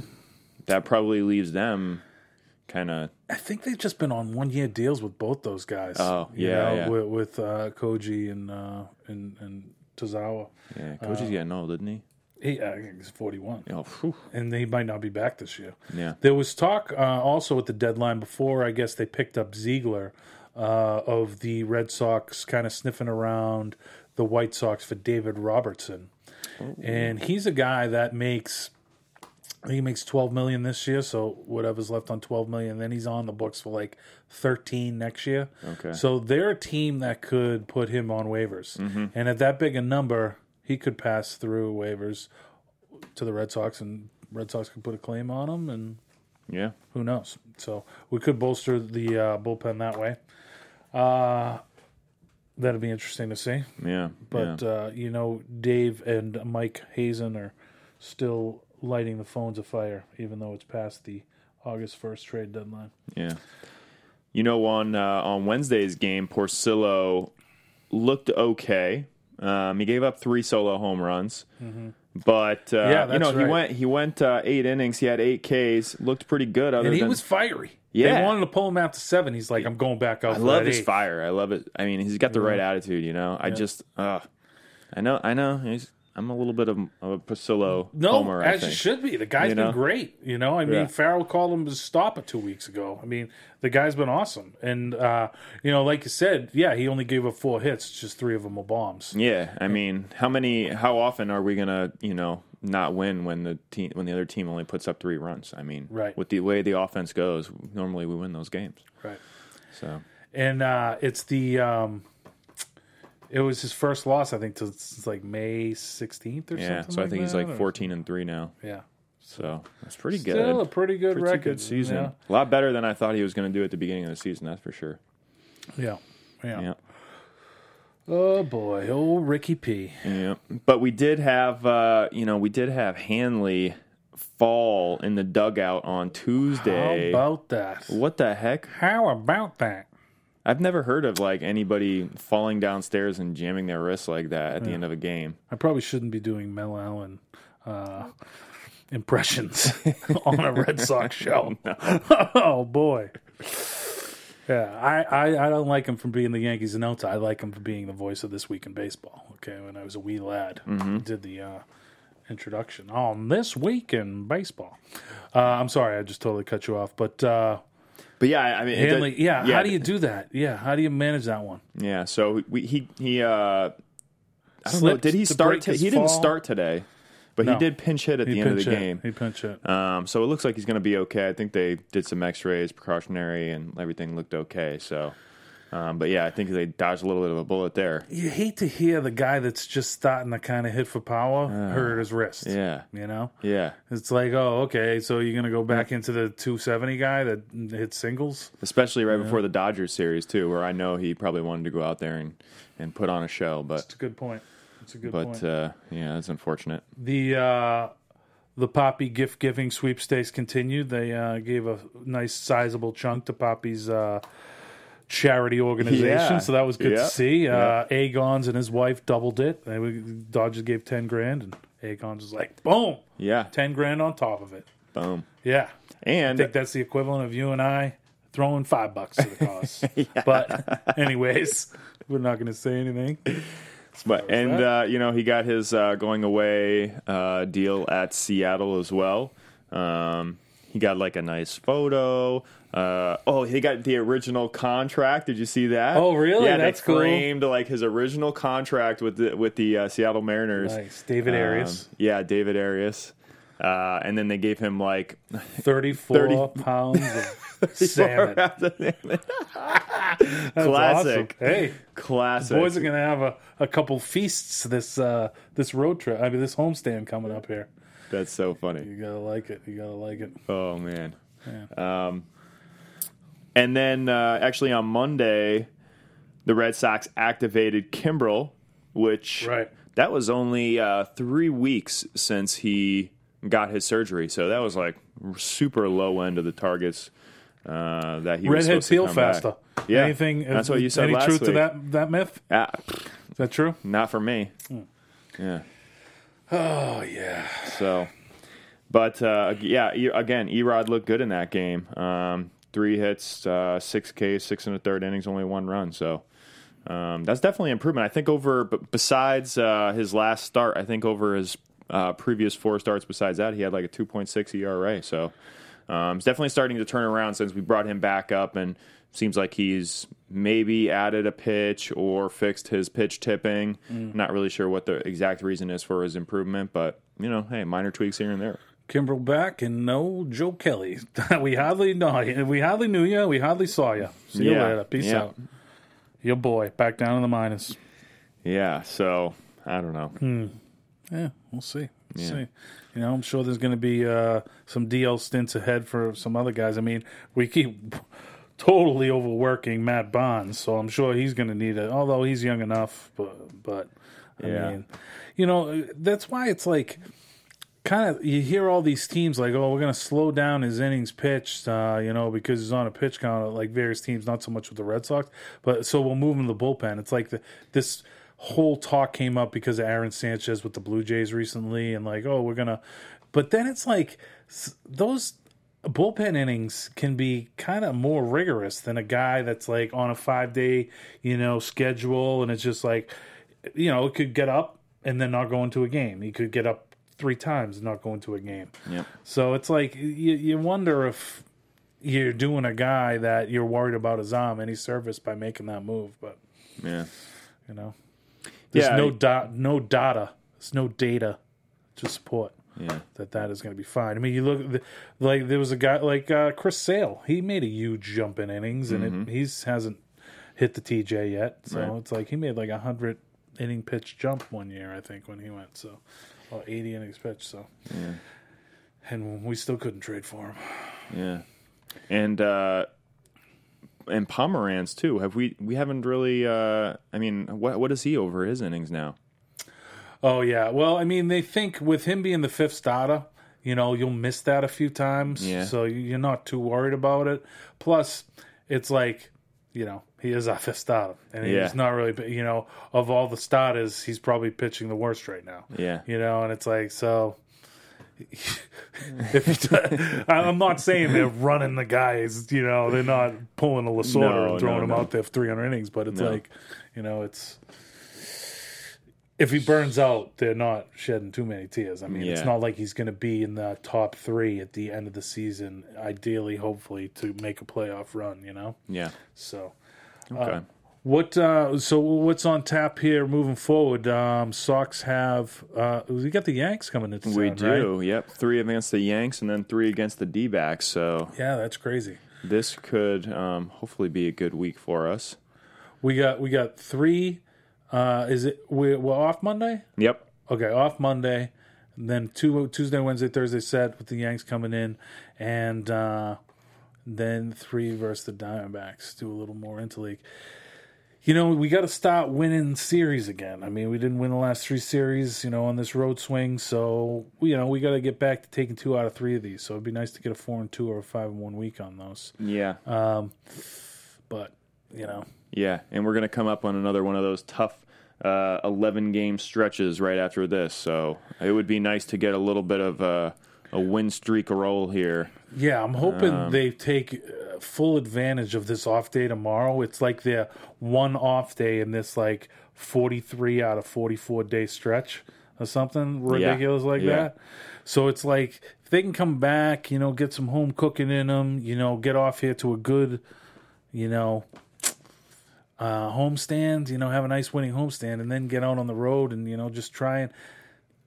but that probably leaves them kind of
I think they've just been on one year deals with both those guys.
Oh,
you
yeah,
know,
yeah.
with, with uh, Koji and uh, and and Tozawa.
yeah. Coach is
Uh,
getting old, isn't he?
He, I think he's forty one.
Oh, phew.
and they might not be back this year.
Yeah.
There was talk uh, also at the deadline before, I guess they picked up Ziegler uh, of the Red Sox kind of sniffing around the White Sox for David Robertson.
Oh.
And he's a guy that makes I think he makes 12 million this year, so whatever's left on 12 million, then he's on the books for like 13 next year.
Okay.
So they're a team that could put him on waivers.
Mm-hmm.
And at that big a number, he could pass through waivers to the Red Sox, and Red Sox could put a claim on him, and
yeah.
who knows? So we could bolster the uh, bullpen that way. Uh, that'd be interesting to see.
Yeah,
But
yeah.
uh, you know, Dave and Mike Hazen are still lighting the phones afire, even though it's past the August 1st trade deadline.
Yeah. You know, on uh, on Wednesday's game, Porcillo looked okay. Um, he gave up three solo home runs, but uh,
Mm-hmm. Yeah,
you know
that's
he
right.
went he went uh, eight innings. He had eight Ks. Looked pretty good. Other
And he
than
was fiery. They
Yeah.
wanted to pull him out to seven. He's like, I'm going back out.
I
for
love
that
his
eight.
fire. I love it. I mean, he's got the right attitude. You know, I just uh, I know I know. He's, I'm a little bit of, of a Porcillo
No,
homer. I
as you
think.
should be. The guy's
You know?
been great. You know, I mean,
Yeah.
Farrell called him his stopper two weeks ago. I mean, the guy's been awesome. And, uh, you know, like you said, yeah, he only gave up four hits, just three of them were bombs.
Yeah, I mean, how many? How often are we gonna, you know, not win when the team when the other team only puts up three runs? I mean,
Right.
With the way the offense goes, normally we win those games.
Right.
So
and uh, it's the um, it was his first loss, I think, to since like May sixteenth or
yeah,
something.
so I think he's
that,
like
or-
fourteen and three now.
Yeah,
So that's pretty
still a
good.
pretty good
pretty
record.
good season.
Yeah.
A lot better than I thought he was gonna do at the beginning of the season. That's for sure.
yeah, yeah,
Yeah.
Oh boy, oh Ricky P.
Yeah, but we did have, uh, you know, we did have Hanley fall in the dugout on Tuesday.
How about that?
what the heck?
How about that?
I've never heard of like anybody falling downstairs and jamming their wrist like that at the end of a game.
I probably shouldn't be doing Mel Allen uh, impressions on a Red Sox show. oh boy. Yeah, I, I, I don't like him from being the Yankees announcer. I like him for being the voice of this week in baseball. Okay, when I was a wee lad,
Mm-hmm.
did the uh, introduction on this week in baseball. Uh, I'm sorry, I just totally cut you off. But uh,
But yeah, I I mean, it did-
Hanley, yeah, how do you do that? Yeah, how do you manage that one?
Yeah, so we, he he. Uh, I don't know.
Slipped
Did he
to
start?
break
To,
his
he didn't
fall.
start today, but
No.
he did pinch hit at the end of the
pinch hit.
game.
He pinch hit.
Um, so it looks like he's going to be okay. I think they did some X-rays, precautionary, and everything looked okay. So, um, but yeah, I think they dodged a little bit of a bullet there.
you hate to hear the guy that's just starting to kind of hit for power hurt his wrist.
Yeah,
You know?
yeah.
It's like, oh, okay, so you're going to go back into the 270 guy that hits singles?
Especially right before the Dodgers series too, where I know he probably wanted to go out there and and put on a show, but
It's a good point. It's a good
But
point.
uh, yeah, that's unfortunate.
the uh, the Poppy gift giving sweepstakes continued. They uh, gave a nice sizable chunk to Poppy's uh, charity organization,
Yeah.
so that was good
Yeah.
to see.
Yeah.
Uh, Agon's and his wife doubled it. They, Dodgers gave ten grand, and Agon's was like, boom,
Yeah,
ten grand on top of it.
boom.
Yeah,
And
I think that's the equivalent of you and I throwing five bucks to the cause. But anyways, we're not going to say anything.
but and uh, you know he got his uh, going away uh, deal at Seattle as well. Um, he got like a nice photo. Uh, oh, he got the original contract. Did you see that?
Oh, really?
Yeah,
That's
they
cool.
framed like his original contract with the with the uh, Seattle Mariners.
Nice. David Arias,
Um, yeah, David Arias. Uh, and then they gave him like
34 pounds of salmon. That's
classic,
awesome. Hey,
classic.
boys are going to have a, a couple feasts this uh, this road trip. I mean, this homestand coming up here.
That's so funny.
You got to like it. You got to like it.
Oh man. Um, and then uh, actually on Monday, the Red Sox activated Kimbrel, which
Right.
that was only uh, three weeks since he got his surgery, so that was like super low end of the targets uh, that he was
Redhead
supposed to
peel
come back.
faster.
Yeah,
Anything? uh,
That's what you said
Any
last
truth to
week. Mm.
that, that myth?
Ah,
Is that true?
not for me.
Hmm.
Yeah.
Oh, yeah.
So, but uh, yeah, E- again, Erod looked good in that game. Um, three hits, uh, six Ks, six and a third innings, only one run. So um, that's definitely improvement. I think over b- besides uh, his last start, I think over his uh, previous four starts besides that, he had like a 2.6 ERA. E So um, it's definitely starting to turn around since we brought him back up and. Seems like he's maybe added a pitch or fixed his pitch tipping.
Mm.
Not really sure what the exact reason is for his improvement, but you know, hey, minor tweaks here and there.
Kimbrel back and no Joe Kelly. we hardly know. you. We hardly knew you. We hardly saw you. See you
Yeah.
later. Peace
Yeah.
out. Your boy back down in the minus.
Yeah, so I don't know.
Hmm. Yeah, we'll see. We'll see. You know, I'm sure there's going to be uh, some DL stints ahead for some other guys. I mean, we keep totally overworking Matt Bonds, so I'm sure he's going to need it. Although he's young enough, but but I
Yeah.
mean, you know, that's why it's like kind of you hear all these teams like, oh, we're going to slow down his innings pitched, uh, you know, because he's on a pitch count. Like various teams, not so much with the Red Sox, but so we'll move him to the bullpen. It's like the, this whole talk came up because of Aaron Sanchez with the Blue Jays recently, and like, oh, we're gonna. But then it's like s- those bullpen innings can be kind of more rigorous than a guy that's like on a five day, you know, schedule, and it's just like, you know, it could get up and then not go into a game. He could get up three times and not go into a game.
Yep.
So it's like you, you wonder if you're doing a guy that you're worried about his arm any service by making that move, but
Yeah.
you know. There's
Yeah,
no
I-
da- no data. There's no data to support
Yeah.
that that is going to be fine. I mean, you look th- like there was a guy like uh, Chris Sale. He made a huge jump in innings, and it, he's hasn't hit the TJ yet. So
Right.
it's like he made like a hundred inning pitch jump one year, I think, when he went so or eighty innings pitch. So. And we still couldn't trade for him.
Yeah. And uh and Pomeranz too. Have we we haven't really uh I mean what what is he over his innings now?
Oh yeah. Well, I mean, they think with him being the fifth starter, you know, you'll miss that a few times.
Yeah.
So you're not too worried about it. Plus, it's like, you know, he is our fifth starter, and
Yeah.
he's not really, you know, of all the starters, he's probably pitching the worst right now.
Yeah.
You know, and it's like so. if he does, I- I'm not saying they're running the guys, you know, they're not pulling a Lasorda
No,
and throwing
no,
him
no.
out there for 300 innings, but it's
No.
like, you know, it's if he burns out, they're not shedding too many tears. I mean, it's
Yeah.
not like he's going to be in the top three at the end of the season. Ideally, hopefully, to make a playoff run, you know.
Yeah.
So
Okay.
what? Uh, so what's on tap here moving forward? Um, Sox have uh, we got the Yanks coming into
we
town, right?
do. Yep. 3 against the Yanks and then 3 against the D-backs. So
Yeah, that's crazy.
this could um hopefully be a good week for us.
We got we got three. Uh, is it we're, we're off Monday?
Yep.
Okay, off Monday, and then two Tuesday, Wednesday, Thursday set with the Yanks coming in, and uh, then three versus the Diamondbacks. Do a little more interleague. You know, we got to start winning series again. I mean, we didn't win the last three series, you know, on this road swing. So, you know, we got to get back to taking two out of three of these. So it'd be nice to get a four and two or a five and one week on those.
Yeah.
But, you know,
yeah, and we're going to come up on another one of those tough uh 11 game stretches right after this. So it would be nice to get a little bit of a a win streak roll here.
Yeah, I'm hoping
Um,
they take uh, full advantage of this off day tomorrow. It's like their one off day in this like 43 out of 44 day stretch or something ridiculous like
yeah.
that. So it's like if they can come back, you know, get some home cooking in them, you know, get off here to a good, you know, uh, homestand, you know, have a nice winning homestand, and then get out on the road and you know just try and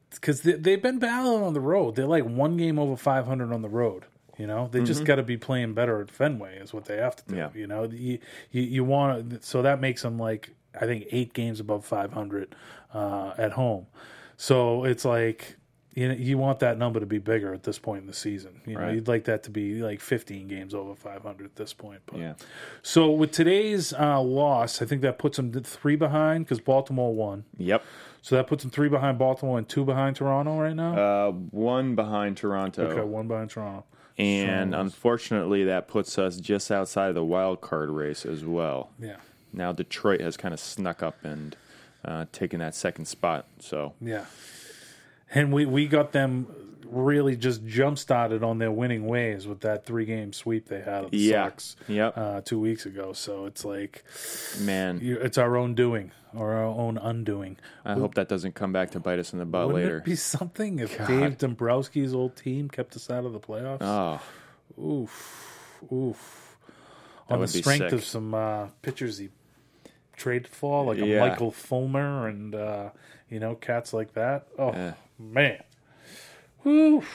because they, they've been battling on the road. They're like one game over 500 on the road. You know, they just got to be playing better at Fenway is what they have to do.
Mm-hmm. Yeah.
You know, you you, you want so that makes them like I think eight games above 500 uh, at home. So it's like you know, you want that number to be bigger at this point in the season. You know,
Right.
you'd like that to be like 15 games over 500 at this point. But
Yeah.
so with today's uh, loss, I think that puts them th- three behind because Baltimore won.
Yep.
So that puts them three behind Baltimore and two behind Toronto right now.
Uh, one behind Toronto,
okay, one behind Toronto.
and unfortunately, that puts us just outside of the wild card race as well.
Yeah,
Now Detroit has kind of snuck up and uh, taken that second spot. So
yeah. And we we got them really just jump started on their winning ways with that three game sweep they had of the
Yeah.
Sox
Yep.
uh, two weeks ago. So it's like
man,
you- it's our own doing or our own undoing.
I hope that doesn't come back to bite us in the butt
Wouldn't
later.
it be something if Dave Dombrowski's old team kept us out of the playoffs?
oh,
Oof. On the
would be
strength
sick.
of some uh, pitchers he traded for, like
Yeah.
a Michael Fulmer and, uh, you know, cats like that. Oh,
Yeah.
man. Oof.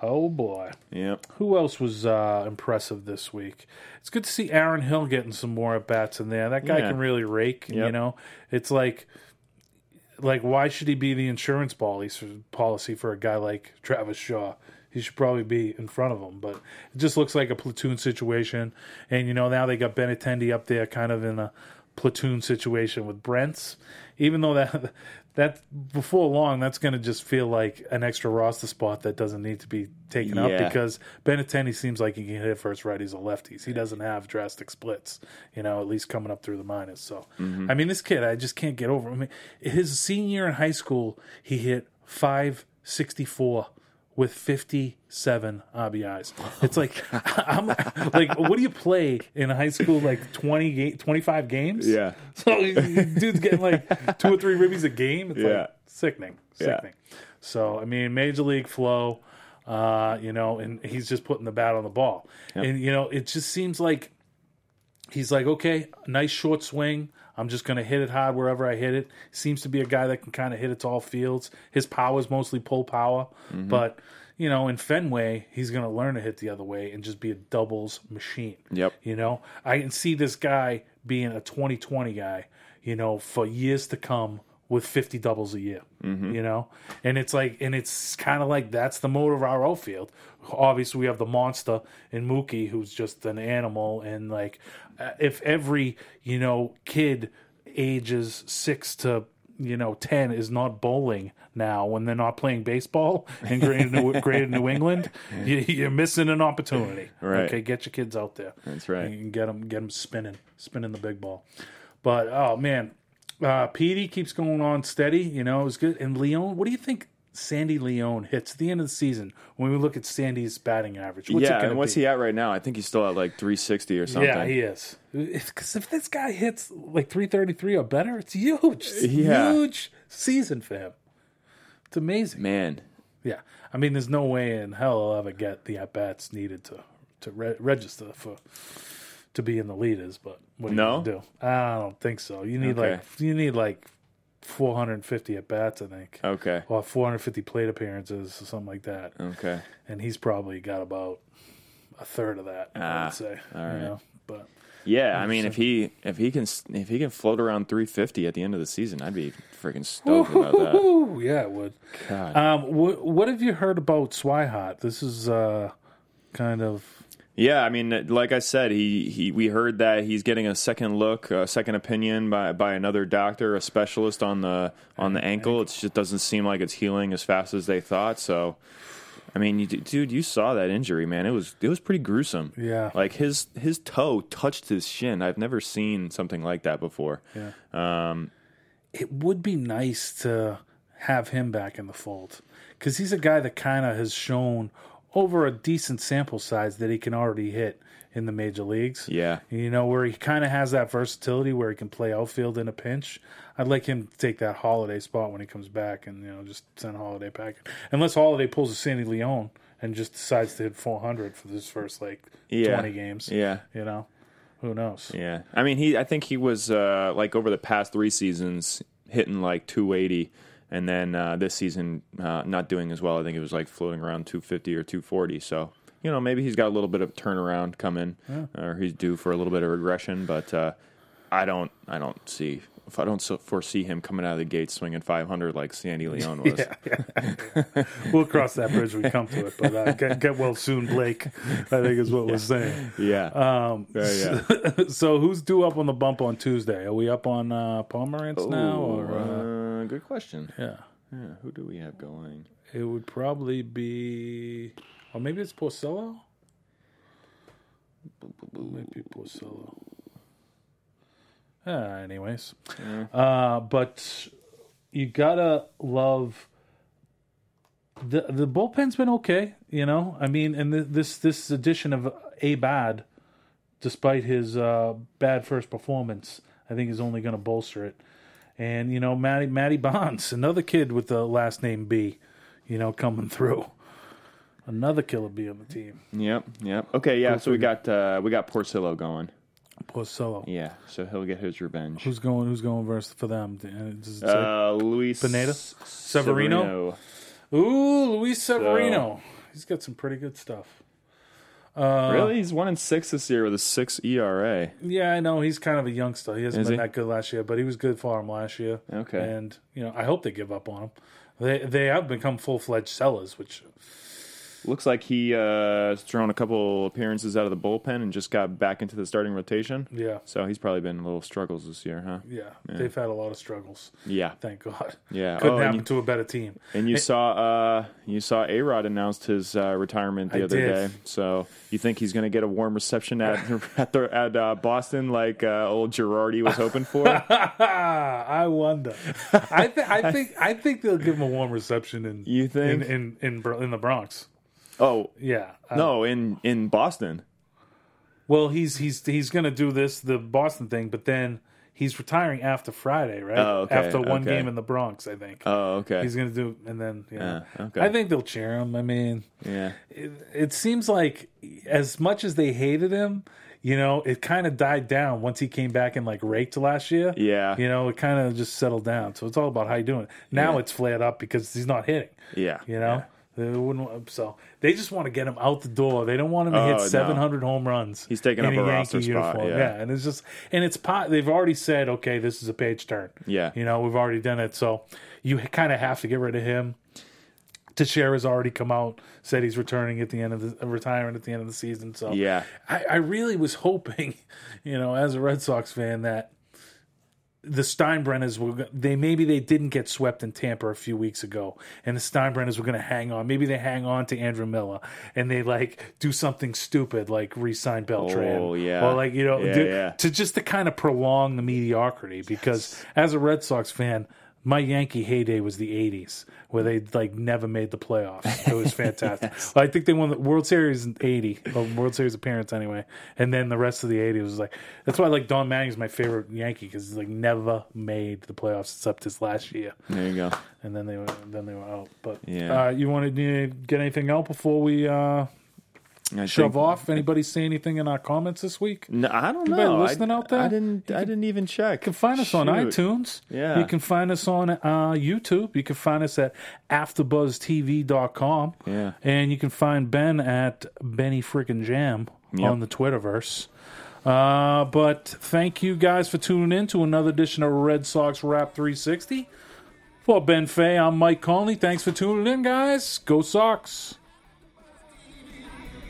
Oh, boy.
yep.
Who else was uh, impressive this week? It's good to see Aaron Hill getting some more at bats in there. That guy
Yeah.
can really rake. You
Yep.
know, it's like, like why should he be the insurance policy policy for a guy like Travis Shaw? He should probably be in front of him, but it just looks like a platoon situation. And you know, now they got Ben Attendee up there, kind of in a platoon situation with Brents, even though that that before long, that's going to just feel like an extra roster spot that doesn't need to be taken up
Yeah.
because Benatendi seems like he can hit first righties or lefties. He doesn't have drastic splits, you know, at least coming up through the minors. So,
Mm-hmm.
I mean, this kid, I just can't get over. I mean, his senior year in high school, he hit 564 with 57 RBIs. It's like, I'm like, what do you play in high school? Like 20, ga- 25 games?
Yeah.
So dude's getting like two or three ribbies a game. It's
Yeah.
like sickening,
Yeah.
sickening. So I mean, major league flow, uh, you know, and he's just putting the bat on the ball, and you know, it just seems like he's like, okay, nice short swing. I'm just going to hit it hard wherever I hit it. Seems to be a guy that can kind of hit it to all fields. His power is mostly pull power,
Mm-hmm.
but you know, in Fenway, he's going to learn to hit the other way and just be a doubles machine.
Yep.
You know, I can see this guy being a 2020 guy, you know, for years to come with 50 doubles a year,
Mm-hmm.
you know? And it's like, and it's kind of like that's the mode of our outfield. Obviously, we have the monster in Mookie, who's just an animal. And like, uh, if every, you know, kid ages six to, you know, 10 is not bowling now when they're not playing baseball in Greater New, greater New England, you, you're missing an opportunity.
Right.
Okay, get your kids out there.
That's right.
You can get them, get them spinning, spinning the big ball. But oh man, uh, Petey keeps going on steady. You know, it was good. And Leon, what do you think? Sandy Leon hits at the end of the season when we look at Sandy's batting average. What's
yeah,
it
and
going
what's
to be?
he at right now? I think he's still at like 360 or something.
yeah, he is. Because if this guy hits like 333 or better, it's huge. It's a
Yeah.
Huge season for him. It's amazing.
Man,
Yeah, I mean, there's no way in hell I'll ever get the at bats needed to to re- register for to be in the leaders. But what do
No?
you gonna do? I don't think so. You need
Okay.
like you need like 450 at bats, I think,
okay.
or 450 plate appearances or something like that.
Okay.
And he's probably got about a third of that. I
Ah,
would say.
all
You
right.
know? But
Yeah, I mean, if he if he can if he can float around 350 at the end of the season, I'd be freaking stoked about that.
Ooh, yeah, it would.
God.
Um, wh- what have you heard about Swihart? This is uh, kind of
Yeah, I mean, like I said, he, he we heard that he's getting a second look, a second opinion by, by another doctor, a specialist on the on the ankle. It just doesn't seem like it's healing as fast as they thought. So, I mean, you, dude, you saw that injury, man. It was it was pretty gruesome.
Yeah.
like his his toe touched his shin. I've never seen something like that before. Yeah,
it would be nice to have him back in the fold because he's a guy that kind of has shown over a decent sample size that he can already hit in the major leagues.
yeah,
You know, where he kind of has that versatility where he can play outfield in a pinch. I'd like him to take that holiday spot when he comes back and, you know, just send holiday packing. Unless holiday pulls a Sandy Leone and just decides to hit 400 for this first, like,
Yeah.
20 games.
yeah.
You know, who knows?
Yeah, I mean, he. I think he was uh, like over the past three seasons hitting like 280, and then uh, this season uh, not doing as well. I think it was like floating around 250 or 240. So you know, maybe he's got a little bit of turnaround coming, or he's due for a little bit of regression. But uh, I don't, I don't see. If I don't so foresee him coming out of the gate swinging 500 like Sandy Leone was.
Yeah, yeah. we'll cross that bridge when we come to it. But uh, get, get well soon, Blake. I think is what we're saying.
yeah.
Um,
yeah.
so who's due up on the bump on Tuesday? Are we up on uh, Pomerantz
Oh,
now? Or, uh,
uh, good question.
yeah,
Yeah, who do we have going?
it would probably be, or maybe it's Porcello. Maybe Porcello. Uh, anyways, uh, but you gotta love the the bullpen's been okay. You know, I mean, and th- this this edition of Abad, despite his uh, bad first performance, I think is only going to bolster it. And you know, Matty Matty Bonds, another kid with the last name B, you know, coming through. Another killer B on the team,
Yep, yep. Okay, yeah. So we got uh, we got Porcillo going.
Porcello.
Yeah, so he'll get his revenge.
Who's going? Who's going versus for them? And it's- it's like-
uh, Luis
Pineda?
Severino.
Severino?
Uh,
Ooh, Luis Severino. He's got some pretty good stuff.
really, he's one in six this year with a six ERA.
Yeah, I know he's kind of a youngster. He hasn't
Is
been
he?
that good last year, but he was good for him last year.
Okay.
and you know I hope they give up on him. They they have become full fledged sellers, which
Looks like he uh, has thrown a couple appearances out of the bullpen and just got back into the starting rotation.
Yeah.
So he's probably been a little struggles this year, huh?
Yeah, they've had a lot of struggles.
Yeah.
Thank God.
Yeah.
Couldn't
Oh, and
happen
you-
to a better team.
And you saw uh, you saw A Rod announced his uh, retirement the
I
other
did.
day. So you think he's going to get a warm reception at at, the, at uh, Boston like uh, old Girardi was hoping for?
Ah, I wonder. I, th- I think I think they'll give him a warm reception in
You think?
in in in, Bro- in the Bronx.
oh
Yeah. Uh,
no, in in Boston.
Well, he's he's he's going to do this the Boston thing, but then he's retiring after Friday, right?
Oh, okay,
After one
okay.
game in the Bronx, I think.
Oh, okay.
He's going to do and then yeah.
Uh, okay.
I think they'll cheer him. I mean,
yeah.
it, it seems like as much as they hated him, you know, it kind of died down once he came back and like raked last year.
Yeah.
You know, it kind of just settled down. So it's all about how you doing. Now
Yeah.
it's flared up because he's not hitting.
Yeah.
You know, they wouldn't. want- So they just want to get him out the door. They don't want him to
Oh,
hit
no.
700 home runs.
He's taking
in
up a roster spot, yeah.
and it's just and it's pot. They've already said, okay, this is a page turn.
Yeah.
You know, we've already done it. So you kind of have to get rid of him. Teixeira's already come out, said he's returning at the end of the uh, retiring at the end of the season. So
Yeah.
I, I really was hoping, you know, as a Red Sox fan, that the Steinbrenners were go- they maybe they didn't get swept in Tampa a few weeks ago, and the Steinbrenners were going to hang on. Maybe they hang on to Andrew Miller and they like do something stupid like re-sign Beltran,
Oh, yeah.
or like you know
Yeah,
do-
yeah.
to just to kind of prolong the mediocrity. Because as a Red Sox fan. My Yankee heyday was the '80s, where they like never made the playoffs. It was fantastic. I think they won the World Series in '80, or World Series appearance anyway. And then the rest of the '80s was like that's why like Don Manning's my favorite Yankee because he's like never made the playoffs except this last year,
There you go.
and then they were then they were out. But
Yeah.
uh, you want to get anything out before we uh,
I
shove
think-
off? Anybody see anything in our comments this week?
No, I don't
Anybody
know.
listening
I,
out there?
I didn't. I didn't even check.
You can find us on iTunes.
Yeah.
You can find us on uh, YouTube. You can find us at AfterBuzzTV.com.
Yeah.
And you can find Ben at Benny Frickin' Jam
Yep.
on the Twitterverse. Uh, but thank you guys for tuning in to another edition of Red Sox Rap 360. For Ben Fay, I'm Mike Conley. Thanks for tuning in, guys. Go Sox.